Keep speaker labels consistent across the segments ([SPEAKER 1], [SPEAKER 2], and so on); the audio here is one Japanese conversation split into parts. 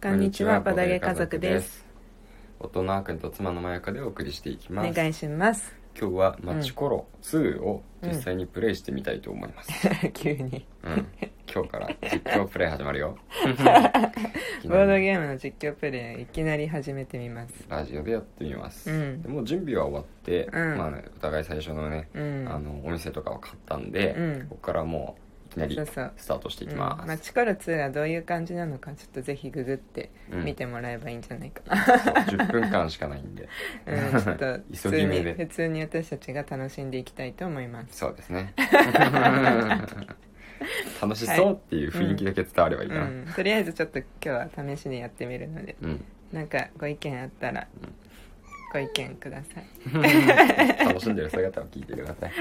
[SPEAKER 1] こんにちは、ボドゲ家族です。。
[SPEAKER 2] 夫のあくんと妻のまやかでお送りしていき
[SPEAKER 1] お
[SPEAKER 2] ます。
[SPEAKER 1] 願いし ます。
[SPEAKER 2] 今日はマッチコロ2を実際にプレイしてみたいと思います。
[SPEAKER 1] 急に。
[SPEAKER 2] うん。今日から実況プレイ始まるよ。
[SPEAKER 1] ボードゲームの実況プレイいきなり始めてみます。
[SPEAKER 2] ラジオでやってみます。
[SPEAKER 1] うん
[SPEAKER 2] でもう準備は終わって、
[SPEAKER 1] うん
[SPEAKER 2] まあ、お互い最初のね、
[SPEAKER 1] うん。
[SPEAKER 2] あのお店とかを買ったんで、
[SPEAKER 1] うん
[SPEAKER 2] ここからもういきなり
[SPEAKER 1] そうそう。
[SPEAKER 2] スタートしていき
[SPEAKER 1] うん
[SPEAKER 2] ます。
[SPEAKER 1] マッチコロ2はどういう感じなのかちょっとぜひググって
[SPEAKER 2] うん
[SPEAKER 1] 見てもらえばいいんじゃないかな、、
[SPEAKER 2] そう10分間しかないんで
[SPEAKER 1] うん、 ちょっと普
[SPEAKER 2] 急
[SPEAKER 1] 通
[SPEAKER 2] ぎ
[SPEAKER 1] に
[SPEAKER 2] 目
[SPEAKER 1] 普
[SPEAKER 2] で
[SPEAKER 1] 通に私たちが楽しんでいきたいと思います
[SPEAKER 2] そうで すね楽しそうっていう雰囲気だけ伝わればいいうかな、
[SPEAKER 1] ん、とりあえずちょっと今日は試しにやってみるので
[SPEAKER 2] うん、
[SPEAKER 1] なんかご意見あったらご意見ください
[SPEAKER 2] 楽しんでる姿を聞いてください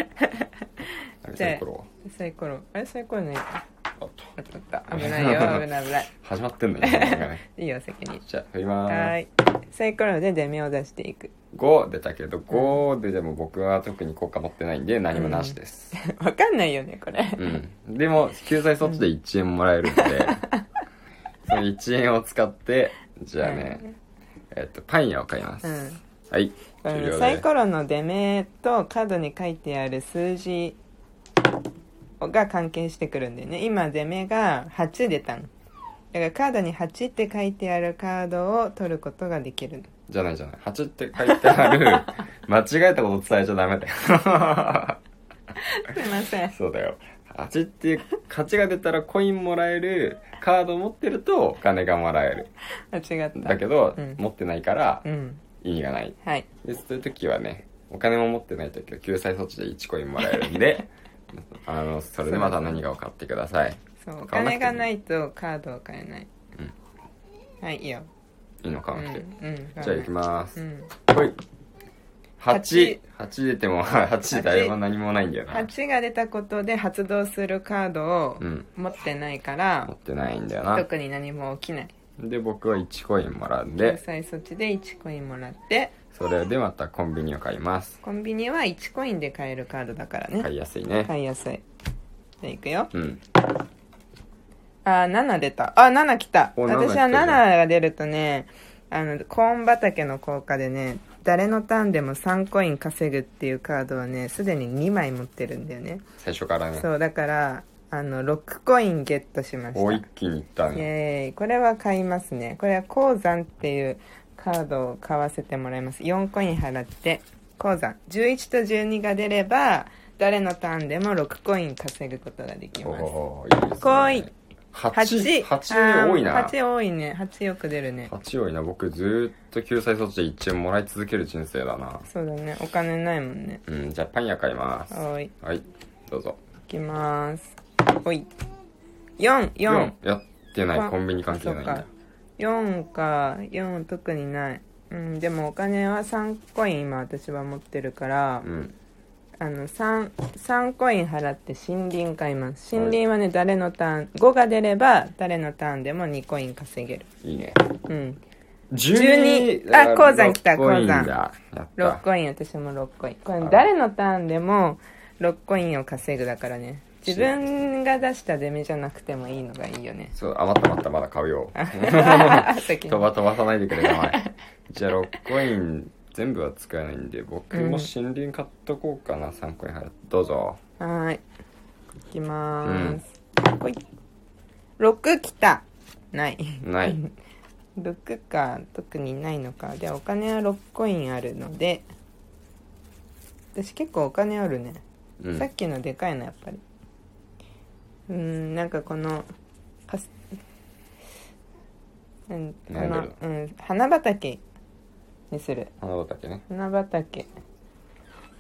[SPEAKER 2] あれ
[SPEAKER 1] じゃあ
[SPEAKER 2] サイコロは
[SPEAKER 1] サイコロあれサイコロないか
[SPEAKER 2] あっと
[SPEAKER 1] あったあった危ない よ危ない危ない
[SPEAKER 2] 始まってんのよ、なんかね、
[SPEAKER 1] いいよ責任
[SPEAKER 2] じゃあ振りま
[SPEAKER 1] はー
[SPEAKER 2] ー
[SPEAKER 1] い
[SPEAKER 2] す
[SPEAKER 1] サイコロで出目を出していく
[SPEAKER 2] 5出たけど5ででも僕は特に効果持ってないんで何もなしです、
[SPEAKER 1] わかんないよねこれ
[SPEAKER 2] うんでも救済措置で1円もらえるんで、その1円を使ってじゃあね、えっとパン屋を買います、
[SPEAKER 1] うん
[SPEAKER 2] はい
[SPEAKER 1] うん
[SPEAKER 2] 終了です
[SPEAKER 1] サイコロの出目とカードに書いてある数字が関係してくるんだよね今出目が8出たんだからカードに8って書いてあるカードを取ることができる
[SPEAKER 2] じゃないじゃない8って書いてある 間違えたこと伝えちゃダメだよ
[SPEAKER 1] すいません
[SPEAKER 2] そうだよ8って勝ちが出たらコインもらえるカード持ってるとお金がもらえる
[SPEAKER 1] 間違った
[SPEAKER 2] だけど、
[SPEAKER 1] うん
[SPEAKER 2] 持ってないから
[SPEAKER 1] うん
[SPEAKER 2] 意味がない
[SPEAKER 1] はい
[SPEAKER 2] でそういう時はねお金も持ってない時は救済措置で1コインもらえるんで あのそれでまた何かを買ってください
[SPEAKER 1] そうお
[SPEAKER 2] 買わな
[SPEAKER 1] 金
[SPEAKER 2] くても
[SPEAKER 1] がないとカードを買えない、
[SPEAKER 2] うん
[SPEAKER 1] はいいいよ
[SPEAKER 2] いいの買
[SPEAKER 1] う
[SPEAKER 2] わ
[SPEAKER 1] ん
[SPEAKER 2] なくて、
[SPEAKER 1] うん
[SPEAKER 2] じゃあ行きます、
[SPEAKER 1] うん
[SPEAKER 2] ほい
[SPEAKER 1] 八
[SPEAKER 2] 88出ても8誰も 何もないんだよな
[SPEAKER 1] 8が出たことで発動するカードを
[SPEAKER 2] うん
[SPEAKER 1] 持ってないか
[SPEAKER 2] 持
[SPEAKER 1] ら、
[SPEAKER 2] ってないんだよな
[SPEAKER 1] 特に何も起きない
[SPEAKER 2] で僕は1コインもらうん
[SPEAKER 1] 救
[SPEAKER 2] で
[SPEAKER 1] 済措置で1コインもらって
[SPEAKER 2] それでまたコンビニを買います
[SPEAKER 1] コンビニは1コインで買えるカードだからね、
[SPEAKER 2] 買いやすいね、
[SPEAKER 1] 買いやすいじゃあいくよ
[SPEAKER 2] うん
[SPEAKER 1] あー7出たあ7来た
[SPEAKER 2] お7
[SPEAKER 1] 私は
[SPEAKER 2] 来た
[SPEAKER 1] 7
[SPEAKER 2] じゃん
[SPEAKER 1] が出るとねあのコーン畑の効果でね誰のターンでも3コイン稼ぐっていうカードはねすでに2枚持ってるんだよね
[SPEAKER 2] 最初からね
[SPEAKER 1] そうだからあの6コインゲットしました
[SPEAKER 2] お一気にいった
[SPEAKER 1] イ
[SPEAKER 2] ね
[SPEAKER 1] エーイこれは買いますねこれは鉱山っていうカードを買わせてもらいます4コイン払って鉱山11と12が出れば誰のターンでも6コイン稼ぐことができ
[SPEAKER 2] お
[SPEAKER 1] ます
[SPEAKER 2] おーいいですね
[SPEAKER 1] 来い
[SPEAKER 2] 8
[SPEAKER 1] 8
[SPEAKER 2] 8多いな
[SPEAKER 1] 8多いね8よく出るね
[SPEAKER 2] 8多いな僕ずーっと救済措置で1円もらい続ける人生だな
[SPEAKER 1] そうだねお金ないもんね
[SPEAKER 2] うんじゃあパン屋買います
[SPEAKER 1] はいい
[SPEAKER 2] はいどうぞ
[SPEAKER 1] きますほい44
[SPEAKER 2] 4やってないコンビニ関係ないんだ
[SPEAKER 1] 4か4特にないうんでもお金は3コイン今私は持ってるから、
[SPEAKER 2] うん
[SPEAKER 1] あの 3, 3コイン払って森林買います森林はね誰のターン5が出れば誰のターンでも2コイン稼げる
[SPEAKER 2] いいね
[SPEAKER 1] うん
[SPEAKER 2] 12
[SPEAKER 1] 12あ鉱山来た
[SPEAKER 2] 六コインだ
[SPEAKER 1] 鉱
[SPEAKER 2] やった
[SPEAKER 1] 6コイン私も6コインこれ
[SPEAKER 2] あ
[SPEAKER 1] 誰のターンでも6コインを稼ぐだからね自分が出した出目じゃなくてもいいのがいいよね
[SPEAKER 2] そう余った余ったまだ買 うよ
[SPEAKER 1] 先に
[SPEAKER 2] 飛ば飛ばさないでくれ 名前じゃあ6コイン全部は使えないんで僕も森林買っとこうかな、3コイン払ってどうぞ
[SPEAKER 1] はーい。いきまーす。ほい。6来た。ない。
[SPEAKER 2] ない
[SPEAKER 1] 6か、特にないのか。で、お金は6コインあるので、私結構お金あるね。
[SPEAKER 2] うん
[SPEAKER 1] さっきのでかいの、やっぱり。うーん、なんかこの、かす、うん、こ
[SPEAKER 2] 悩ん
[SPEAKER 1] の
[SPEAKER 2] で、
[SPEAKER 1] うん、花畑にする。
[SPEAKER 2] 花畑ね
[SPEAKER 1] 花畑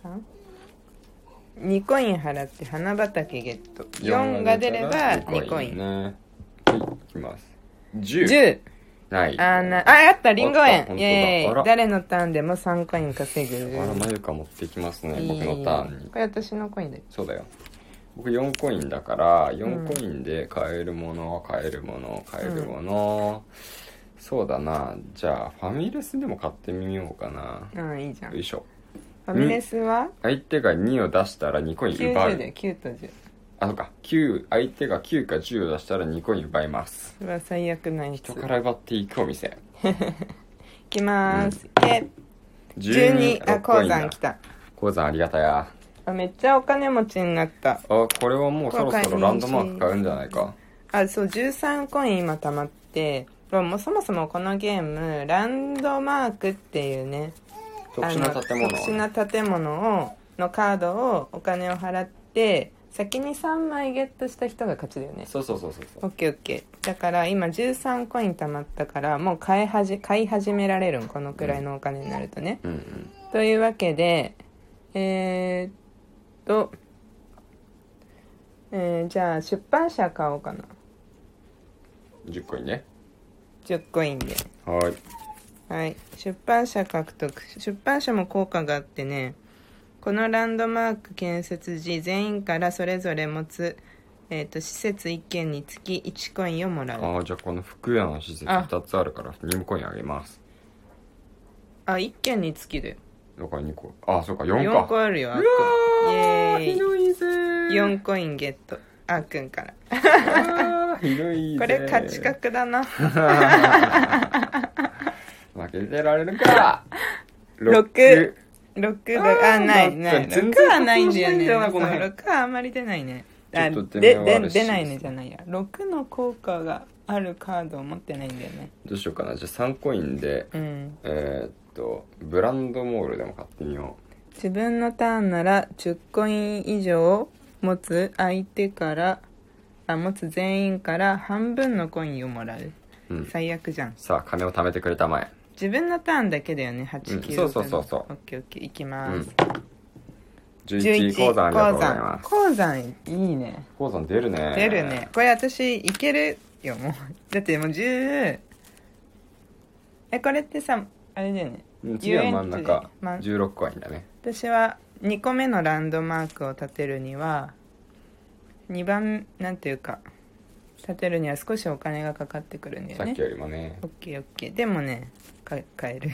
[SPEAKER 1] あ2コイン払って花畑ゲット4が出れば2コイン
[SPEAKER 2] ねはいいきます10
[SPEAKER 1] 10
[SPEAKER 2] ない
[SPEAKER 1] あーなああったリンゴ
[SPEAKER 2] あった
[SPEAKER 1] 園
[SPEAKER 2] 本当
[SPEAKER 1] イ
[SPEAKER 2] だ
[SPEAKER 1] エ
[SPEAKER 2] あ
[SPEAKER 1] ーイ
[SPEAKER 2] ら
[SPEAKER 1] 誰のターンでも3コイン稼
[SPEAKER 2] あ
[SPEAKER 1] ぐ
[SPEAKER 2] らまゆか持ってきますね僕のターン
[SPEAKER 1] いい
[SPEAKER 2] に
[SPEAKER 1] これ私のコインだよ
[SPEAKER 2] そうだよ僕4コインだから4コインで買えるものは買えるもの買えるもの、そうだなじゃあファミレスでも買ってみようかな
[SPEAKER 1] うんいいじゃん
[SPEAKER 2] よ
[SPEAKER 1] フ
[SPEAKER 2] いしょ
[SPEAKER 1] ァミレスは
[SPEAKER 2] 相手が2を出したら2コイン奪
[SPEAKER 1] 90
[SPEAKER 2] う
[SPEAKER 1] で9と10
[SPEAKER 2] あ、そうか。9、相手が9か10を出したら2コイン奪います。
[SPEAKER 1] うわ最悪なやつ
[SPEAKER 2] 人
[SPEAKER 1] い
[SPEAKER 2] から奪っていくお店。
[SPEAKER 1] きます、で
[SPEAKER 2] 12
[SPEAKER 1] 12あ
[SPEAKER 2] 6コ
[SPEAKER 1] 鉱
[SPEAKER 2] イン
[SPEAKER 1] 山
[SPEAKER 2] だ
[SPEAKER 1] 来。た
[SPEAKER 2] 鉱山ありがたや。
[SPEAKER 1] あめっちゃお金持ちになった
[SPEAKER 2] あ、これはもうそろそろランドマーク買うんじゃないか。
[SPEAKER 1] あそう13コイン今貯まってもうそもそもこのゲームランドマークっていうね
[SPEAKER 2] 特殊な建物
[SPEAKER 1] あの特殊な建物をのカードをお金を払って先に3枚ゲットした人が勝ちだよね
[SPEAKER 2] そうそうそうそうそ
[SPEAKER 1] オ
[SPEAKER 2] う
[SPEAKER 1] ッケーオッケーだから今13コイン貯まったからもう買いはじ買い始められるんこのくらいのお金になるとね、
[SPEAKER 2] うんうん
[SPEAKER 1] というわけでえー、っと、えーじゃあ出版社買おうかな
[SPEAKER 2] 10コインね
[SPEAKER 1] 10コインで
[SPEAKER 2] はーい
[SPEAKER 1] はい出版社獲得出版社も効果があってねこのランドマーク建設時全員からそれぞれ持つ、えー、と施設1件につき1コインをもら
[SPEAKER 2] あ
[SPEAKER 1] う
[SPEAKER 2] ーじゃあこの福屋の施設
[SPEAKER 1] あ
[SPEAKER 2] 2つあるから2コインあげます
[SPEAKER 1] あ1件につきで
[SPEAKER 2] だから2個あそうか4か
[SPEAKER 1] 4個あるよあっくんイエ
[SPEAKER 2] ひ
[SPEAKER 1] ー
[SPEAKER 2] どいぜ
[SPEAKER 1] イ4コインゲットあっくんから
[SPEAKER 2] あーひどい ぜ
[SPEAKER 1] これ勝ち確だな
[SPEAKER 2] 負けてられるか
[SPEAKER 1] 六6だあ
[SPEAKER 2] あー
[SPEAKER 1] ない
[SPEAKER 2] だって
[SPEAKER 1] ない
[SPEAKER 2] 全然
[SPEAKER 1] 6はないんだよね
[SPEAKER 2] 得しないんだよなこの辺
[SPEAKER 1] 6はあんまり出ないねあ
[SPEAKER 2] ちょっと
[SPEAKER 1] で
[SPEAKER 2] 出目はあ
[SPEAKER 1] で
[SPEAKER 2] るし
[SPEAKER 1] 出ないねじゃないや6の効果があるカードを持ってないんだよね
[SPEAKER 2] どうしようかなじゃあ3コインで
[SPEAKER 1] うん
[SPEAKER 2] えーっとブランドモールでも買ってみよ
[SPEAKER 1] 自分のターンなら10コイン以上持つ相手からあ持つ全員から半分のコインをもらう、
[SPEAKER 2] うん
[SPEAKER 1] 最悪じゃん
[SPEAKER 2] うさあ金を貯めてくれたまえ
[SPEAKER 1] 自分のターンだけだよね8
[SPEAKER 2] うん
[SPEAKER 1] 9、
[SPEAKER 2] そうそうそうそう
[SPEAKER 1] オッケーオッケーいきます、
[SPEAKER 2] 11鉱山ありがとうございます
[SPEAKER 1] 鉱山鉱山いいね
[SPEAKER 2] 鉱山出るね
[SPEAKER 1] 出るねこれ私いけるよもう だってもう10えこれってさあれだよね
[SPEAKER 2] うん次は真
[SPEAKER 1] 遊園
[SPEAKER 2] ん
[SPEAKER 1] 地
[SPEAKER 2] 中
[SPEAKER 1] でま
[SPEAKER 2] 16コインだね
[SPEAKER 1] 私は2個目のランドマークを立てるには2番なんていうか立てるには少しお金がかかってくるんだ
[SPEAKER 2] さ
[SPEAKER 1] よ
[SPEAKER 2] っ
[SPEAKER 1] ね
[SPEAKER 2] きよりもね
[SPEAKER 1] オッケーオッケーでもねか買える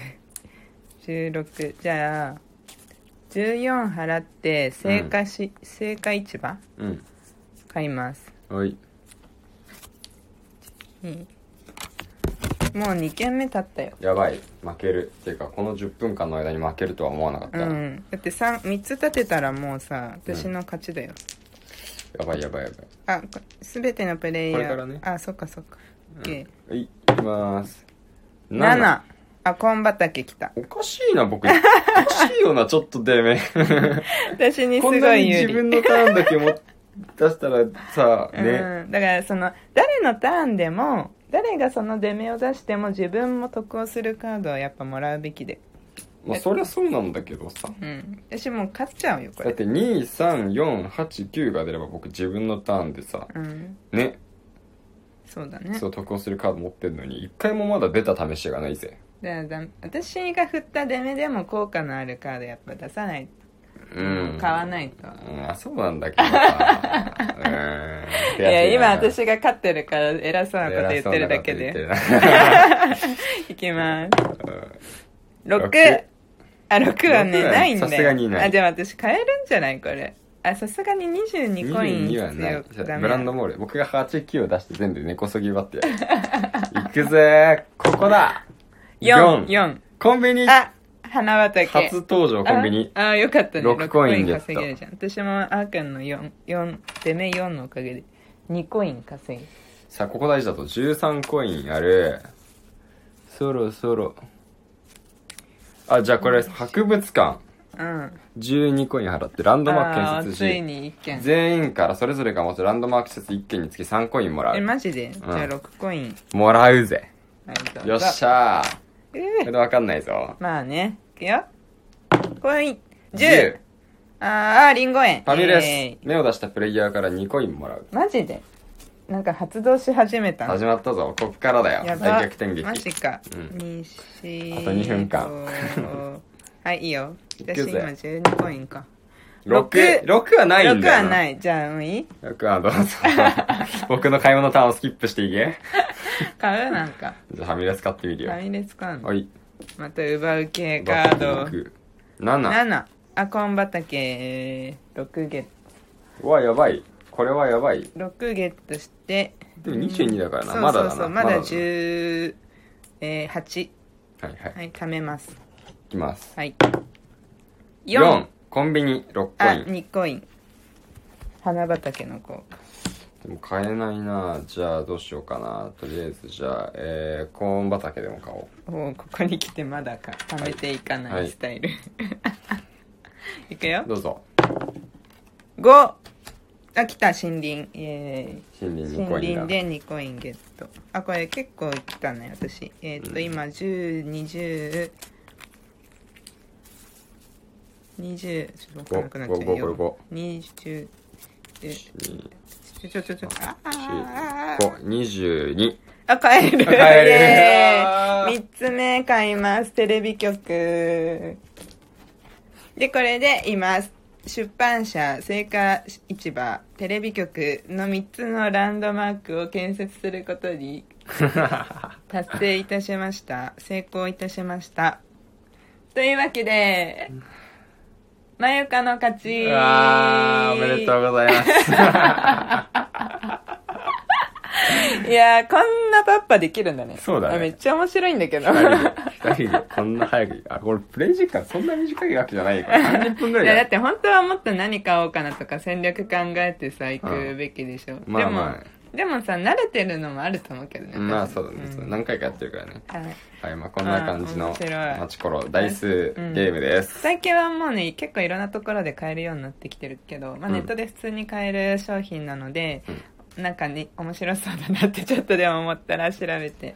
[SPEAKER 1] 16じゃあ14払って青果し、青果市場
[SPEAKER 2] うん
[SPEAKER 1] 買います
[SPEAKER 2] はい
[SPEAKER 1] うんもう2軒目経ったよ
[SPEAKER 2] やばい負けるっていうかこの10分間の間に負けるとは思わなかっ
[SPEAKER 1] う
[SPEAKER 2] た、
[SPEAKER 1] んだって 3, 3つ立てたらもうさ私の勝ちだよ、
[SPEAKER 2] やばいやばいや
[SPEAKER 1] あこ全てのプレイヤー
[SPEAKER 2] これからね
[SPEAKER 1] あそっかそっか、オッ
[SPEAKER 2] ばい、
[SPEAKER 1] ケ
[SPEAKER 2] うん、はい行きます
[SPEAKER 1] ー7あコーン畑来た
[SPEAKER 2] おかしいな僕おかしいよなちょっとでめ
[SPEAKER 1] 私にす
[SPEAKER 2] こ
[SPEAKER 1] ご
[SPEAKER 2] んないに
[SPEAKER 1] 有
[SPEAKER 2] 自
[SPEAKER 1] 利
[SPEAKER 2] 分のターンだけも出したらさね、
[SPEAKER 1] うん、だからその誰のターンでも誰がその出目を出しても自分も得をするカードはやっぱもらうべきで
[SPEAKER 2] まあそりゃそうなんだけどさ
[SPEAKER 1] うん私もう勝っちゃうよこ
[SPEAKER 2] だっ
[SPEAKER 1] れ
[SPEAKER 2] て23489が出れば僕自分のターンでさ
[SPEAKER 1] うん
[SPEAKER 2] ね
[SPEAKER 1] そうだね
[SPEAKER 2] そう得をするカード持ってんのに一回もまだ出た試しがないぜ
[SPEAKER 1] だからだ私が振った出目でも効果のあるカードやっぱ出さない
[SPEAKER 2] うん
[SPEAKER 1] 買わないと
[SPEAKER 2] うんあそうなんだけど さうーん悔し
[SPEAKER 1] いや今
[SPEAKER 2] な
[SPEAKER 1] 私が勝ってるから偉そうなこと言ってるだけで
[SPEAKER 2] 偉そうなこと言ってるな
[SPEAKER 1] いきます
[SPEAKER 2] 六
[SPEAKER 1] 6あ六6はね
[SPEAKER 2] 六は
[SPEAKER 1] ないんだよ
[SPEAKER 2] さすがにない
[SPEAKER 1] あじゃあ私買えるんじゃないこれあさすがに22コイン
[SPEAKER 2] 22は
[SPEAKER 1] 必
[SPEAKER 2] な
[SPEAKER 1] 要
[SPEAKER 2] い
[SPEAKER 1] だね
[SPEAKER 2] ブランドモール僕が89を出して全部根こそぎ奪ってやる行くぜーここだ
[SPEAKER 1] 4
[SPEAKER 2] 4
[SPEAKER 1] 四
[SPEAKER 2] コンビニ
[SPEAKER 1] あ花畑
[SPEAKER 2] 初登場コンビニ
[SPEAKER 1] ああよかったね
[SPEAKER 2] 六
[SPEAKER 1] 六
[SPEAKER 2] コインゲット
[SPEAKER 1] 稼げるじゃん私もあーくんの4四出目4のおかげで2コイン稼げる
[SPEAKER 2] さあここ大事だと13コインあるそろそろあじゃあこれ博物館
[SPEAKER 1] うん
[SPEAKER 2] 12コイン払ってランドマーク
[SPEAKER 1] あ
[SPEAKER 2] 建
[SPEAKER 1] ー
[SPEAKER 2] 設
[SPEAKER 1] つい
[SPEAKER 2] し
[SPEAKER 1] に1件
[SPEAKER 2] 全員からそれぞれが持つランドマーク施設1件につき3コインもら
[SPEAKER 1] え
[SPEAKER 2] う
[SPEAKER 1] マジで、じゃあ6コイン
[SPEAKER 2] もらうぜ
[SPEAKER 1] はいどうぞ
[SPEAKER 2] よっしゃー
[SPEAKER 1] う
[SPEAKER 2] こ
[SPEAKER 1] ー
[SPEAKER 2] れでわかんないぞ
[SPEAKER 1] まあねいくよコイン10ああリンゴ園
[SPEAKER 2] ファミレ
[SPEAKER 1] イエーイ
[SPEAKER 2] ス目を出したプレイヤーから2コインもらう
[SPEAKER 1] マジでなんか発動し始めたの
[SPEAKER 2] 始まったぞこっからだよ
[SPEAKER 1] や
[SPEAKER 2] 大
[SPEAKER 1] ば
[SPEAKER 2] 逆転劇
[SPEAKER 1] マジか、
[SPEAKER 2] うん
[SPEAKER 1] にし
[SPEAKER 2] あと2分間
[SPEAKER 1] はいいいよ
[SPEAKER 2] 行く
[SPEAKER 1] 私
[SPEAKER 2] ぜ
[SPEAKER 1] 今12コインか
[SPEAKER 2] 66はないん
[SPEAKER 1] 6
[SPEAKER 2] だ
[SPEAKER 1] は
[SPEAKER 2] よ
[SPEAKER 1] ないいじゃあもういい
[SPEAKER 2] 6はどうぞ 僕の買い物ターンをスキップしていけ
[SPEAKER 1] 買うなんか
[SPEAKER 2] じゃあファミレス買ってみる
[SPEAKER 1] フ
[SPEAKER 2] よ
[SPEAKER 1] ァミレス買うの
[SPEAKER 2] はい
[SPEAKER 1] また奪う系カード
[SPEAKER 2] 7
[SPEAKER 1] 7あコン畑6ゲット
[SPEAKER 2] うわやばいこれはやばい
[SPEAKER 1] 6ゲットして
[SPEAKER 2] でも22だからな、
[SPEAKER 1] そう
[SPEAKER 2] まだ
[SPEAKER 1] そ
[SPEAKER 2] だ
[SPEAKER 1] うそ
[SPEAKER 2] な
[SPEAKER 1] うまだ
[SPEAKER 2] な
[SPEAKER 1] 18、えー8
[SPEAKER 2] はいはい、
[SPEAKER 1] はい貯めます
[SPEAKER 2] いきます
[SPEAKER 1] はい
[SPEAKER 2] 4コンビニ6コ
[SPEAKER 1] あ
[SPEAKER 2] イン
[SPEAKER 1] 2コイン花畑の子
[SPEAKER 2] でも買えないなじゃあどうしようかなとりあえずじゃあ、えー、コーン畑でも買おう
[SPEAKER 1] おーここに来てまだか貯めていか
[SPEAKER 2] は
[SPEAKER 1] ないいスタ イル、い、くよ
[SPEAKER 2] どうぞ
[SPEAKER 1] 5あ来た森林イエー
[SPEAKER 2] 森林
[SPEAKER 1] イ
[SPEAKER 2] 2コ
[SPEAKER 1] 森
[SPEAKER 2] インだ
[SPEAKER 1] 林で2コインゲットあこれ結構来たね私えっ、と、今1020 20ちょっと分かんなくなっちゃう
[SPEAKER 2] ごごご
[SPEAKER 1] よ20えちょちょちょちょあああああ
[SPEAKER 2] 22
[SPEAKER 1] あ買える
[SPEAKER 2] 買える
[SPEAKER 1] 3つ目買いますテレビ局でこれで今出版社成果市場テレビ局の3つのランドマークを建設すること に達成いたしました成功いたしましたというわけでまゆかの勝ち
[SPEAKER 2] うわーおめでとうございます
[SPEAKER 1] いやーこんなパッパできるんだね
[SPEAKER 2] そうだね
[SPEAKER 1] あめっちゃ面白いんだけど
[SPEAKER 2] 2人でこんな早くあこれプレイ時間そんな短いわけじゃないから30分ぐらい
[SPEAKER 1] いや
[SPEAKER 2] だ
[SPEAKER 1] だ
[SPEAKER 2] よ
[SPEAKER 1] って本当はもっと何買おうかなとか戦略考えてさ行くべきでしょ、
[SPEAKER 2] まあま
[SPEAKER 1] でもでもさ慣れてるのもあると思うけどね
[SPEAKER 2] まあそうだね、
[SPEAKER 1] ん
[SPEAKER 2] そう何回かやってるからね
[SPEAKER 1] はい
[SPEAKER 2] はいまあこんな感じ
[SPEAKER 1] あー
[SPEAKER 2] の
[SPEAKER 1] 面白い
[SPEAKER 2] マチコロダイスゲームです、
[SPEAKER 1] 最近はもうね結構いろんなところで買えるようになってきてるけど、まあ、
[SPEAKER 2] うん
[SPEAKER 1] ネットで普通に買える商品なので、なんかね面白そうだなってちょっとでも思ったら調べて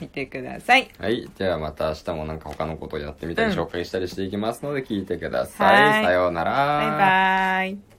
[SPEAKER 1] みてください、
[SPEAKER 2] はいではまた明日もなんか他のことをやってみたり
[SPEAKER 1] うん
[SPEAKER 2] 紹介したりしていきますので聞いてください、
[SPEAKER 1] はい
[SPEAKER 2] さようなら
[SPEAKER 1] バイバイ